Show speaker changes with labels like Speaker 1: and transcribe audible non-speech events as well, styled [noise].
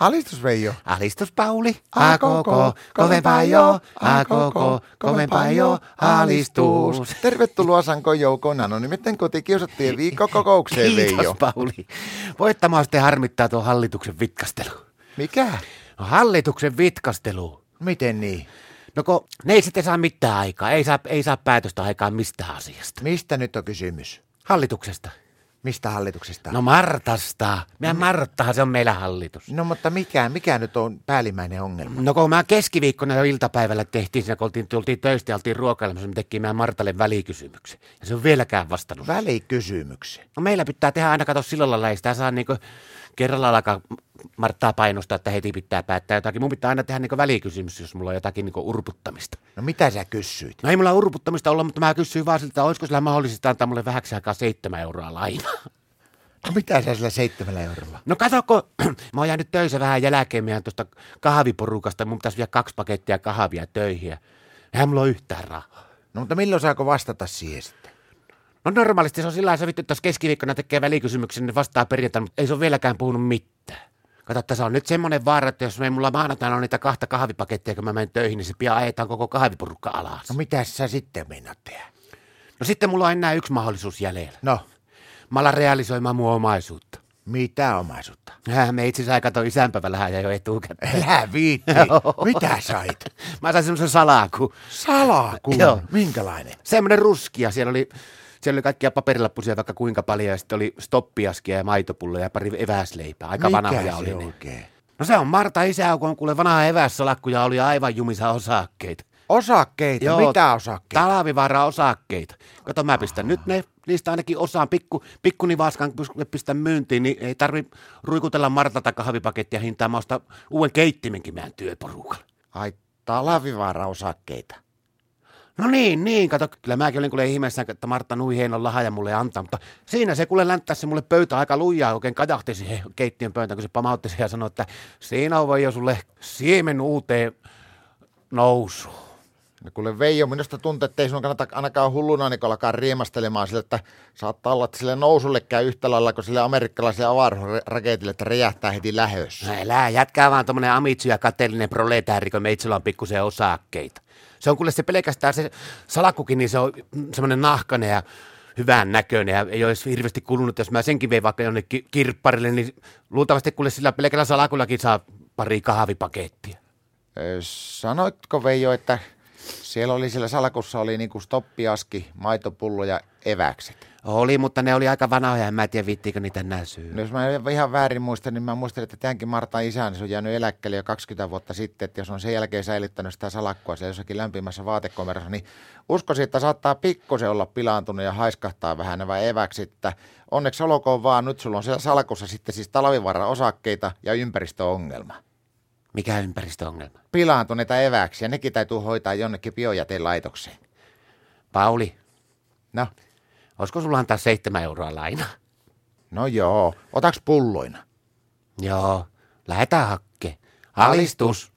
Speaker 1: Alistus Veijo.
Speaker 2: Alistus Pauli, a koko, kovempaa jo, a koko, kovempaa jo, alistus.
Speaker 1: Tervetuloa Sanko Joukona, no nimittäin kotikiusattien viikkokokoukseen Veijo.
Speaker 2: Kiitos Pauli. Voittamaan sitten harmittaa tuo hallituksen vitkastelu.
Speaker 1: Mikä?
Speaker 2: No, hallituksen vitkastelu.
Speaker 1: Miten niin?
Speaker 2: No kun ne ei sitten saa mitään aikaa, ei saa, ei saa päätöstä aikaa mistään asiasta.
Speaker 1: Mistä nyt on kysymys?
Speaker 2: Hallituksesta.
Speaker 1: Mistä hallituksesta?
Speaker 2: No Martasta. Meidän Marttahan se on meillä hallitus.
Speaker 1: no mutta mikä, mikä nyt on päällimmäinen ongelma?
Speaker 2: No kun mä keskiviikkona jo iltapäivällä tehtiin siinä, kun oltiin, tultiin töistä ja oltiin ruokailemassa, me tektiin meidän Martalle välikysymyksen. Ja se on vieläkään vastannut.
Speaker 1: Välikysymyksen.
Speaker 2: No meillä pitää tehdä aina kato sillä lailla, ei sitä saa niinku kerralla alkaa Marttaa painostaa, että heti pitää päättää jotakin. Mun pitää aina tehdä niinku välikysymys, jos mulla on jotakin niinku urputtamista.
Speaker 1: No mitä sä kysyit?
Speaker 2: No ei mulla urputtamista olla, mutta mä kysyin vaan siltä, olisiko sillä mahdollista antaa mulle vähäksi aikaa seitsemän euroa lainaa.
Speaker 1: No mitä sä sillä seitsemällä eurolla?
Speaker 2: No katoko, [clears throat] mä oon jäänyt töissä vähän jälkeen meidän tuosta kahviporukasta. Mun pitäisi vielä kaksi pakettia kahvia töihin. ja Eihän mulla ole yhtään rahaa.
Speaker 1: No mutta milloin saako vastata siihen sitten?
Speaker 2: No normaalisti se on sillä lailla sovittu, että jos keskiviikkona tekee välikysymyksen, niin vastaa perjantaina, mutta ei se ole vieläkään puhunut mitään. Kato, tässä on nyt semmoinen vaara, että jos me mulla maanantaina on niitä kahta kahvipakettia, kun mä menen töihin, niin se pian ajetaan koko kahviporukka alas.
Speaker 1: No mitä sä sitten meinaat tehdä?
Speaker 2: No sitten mulla on enää yksi mahdollisuus jäljellä.
Speaker 1: No,
Speaker 2: Mä alan realisoimaan mun omaisuutta.
Speaker 1: mitä omaisuutta?
Speaker 2: Äh, me itse asiassa kato isänpäivällähän ja jo etukäteen.
Speaker 1: Elä [laughs] viitti. mitä sait?
Speaker 2: Mä sain semmoisen salakun.
Speaker 1: Salakuun.
Speaker 2: Joo.
Speaker 1: Minkälainen?
Speaker 2: semmoinen ruskia. Siellä oli, siellä oli kaikkia paperilappusia vaikka kuinka paljon ja sitten oli stoppiaskia ja maitopulloja ja pari eväsleipää. Aika vanhoja
Speaker 1: se
Speaker 2: oli ne.
Speaker 1: oikein?
Speaker 2: No se on Marta isä, kun on kuule vanha evässalakkuja oli aivan jumissa osakkeita.
Speaker 1: Osakkeita.
Speaker 2: Joo.
Speaker 1: Mitä osakkeita?
Speaker 2: Talvivaara osakkeita. Kato, mä pistän nyt ne, niistä ainakin osaan pikku, pikkunivaskan pys- pistän myyntiin, niin ei tarvi ruikutella Martalta kahvipakettia hintaa. Mä ostan uuden keittimenkin meidän työporukalla.
Speaker 1: Ai talvivaara osakkeita.
Speaker 2: No niin, niin, kato, kyllä mäkin olin kuule ihmeessä, että Martta nui hienon lahaja mulle antaa, mutta siinä se kuule länttäsi mulle pöytä aika lujaa, oikein kadahti siihen keittiön pöytään, kun se pamautti sen ja sanoi, että siinä on voi jo sulle siemen uuteen nousu.
Speaker 1: No kuule Veijo, minusta tuntuu, että ei sinun kannata ainakaan hulluna Nikola alkaa riemastelemaan sille, että saattaa olla, että sille nousulle käy yhtä lailla kuin sille amerikkalaiselle avaruusraketille, että räjähtää heti lähössä.
Speaker 2: No elää, jätkää vaan tommonen amitsu ja kateellinen proletääri, kun me itsellä on pikkusen osakkeita. Se on kuule se pelkästään se salakkukin, niin se on semmoinen nahkainen ja hyvän näköinen ja ei olisi hirveästi kulunut. Jos mä senkin vein vaikka jonnekin kirpparille, niin luultavasti kuule sillä pelkällä salakullakin saa pari kahvipakettia.
Speaker 1: Ö, Sanoitko Veijo, että siellä oli siellä salakussa oli niinku stoppiaski, maitopullo ja eväkset?
Speaker 2: Oli, mutta ne oli aika vanhoja, en mä tiedä viittiinkö niitä enää syy.
Speaker 1: No jos mä en ihan väärin muista, niin mä muistan, että tämänkin Marta isän niin se on jäänyt eläkkeelle jo 20 vuotta sitten, että jos on sen jälkeen säilyttänyt sitä salakkua siellä jossakin lämpimässä vaatekomerossa, niin uskoisin, että saattaa pikkusen olla pilaantunut ja haiskahtaa vähän nämä eväksi, että onneksi olkoon vaan, nyt sulla on siellä salakussa sitten siis talvivaran osakkeita ja ympäristöongelma.
Speaker 2: Mikä ympäristöongelma?
Speaker 1: Pilaantuneita eväksiä, nekin täytyy hoitaa jonnekin biojätelaitokseen.
Speaker 2: Pauli,
Speaker 1: No,
Speaker 2: olisiko sulla antaa seitsemän euroa laina?
Speaker 1: no joo, otaks pulloina?
Speaker 2: Joo, lähetään hakkeen. Alistus.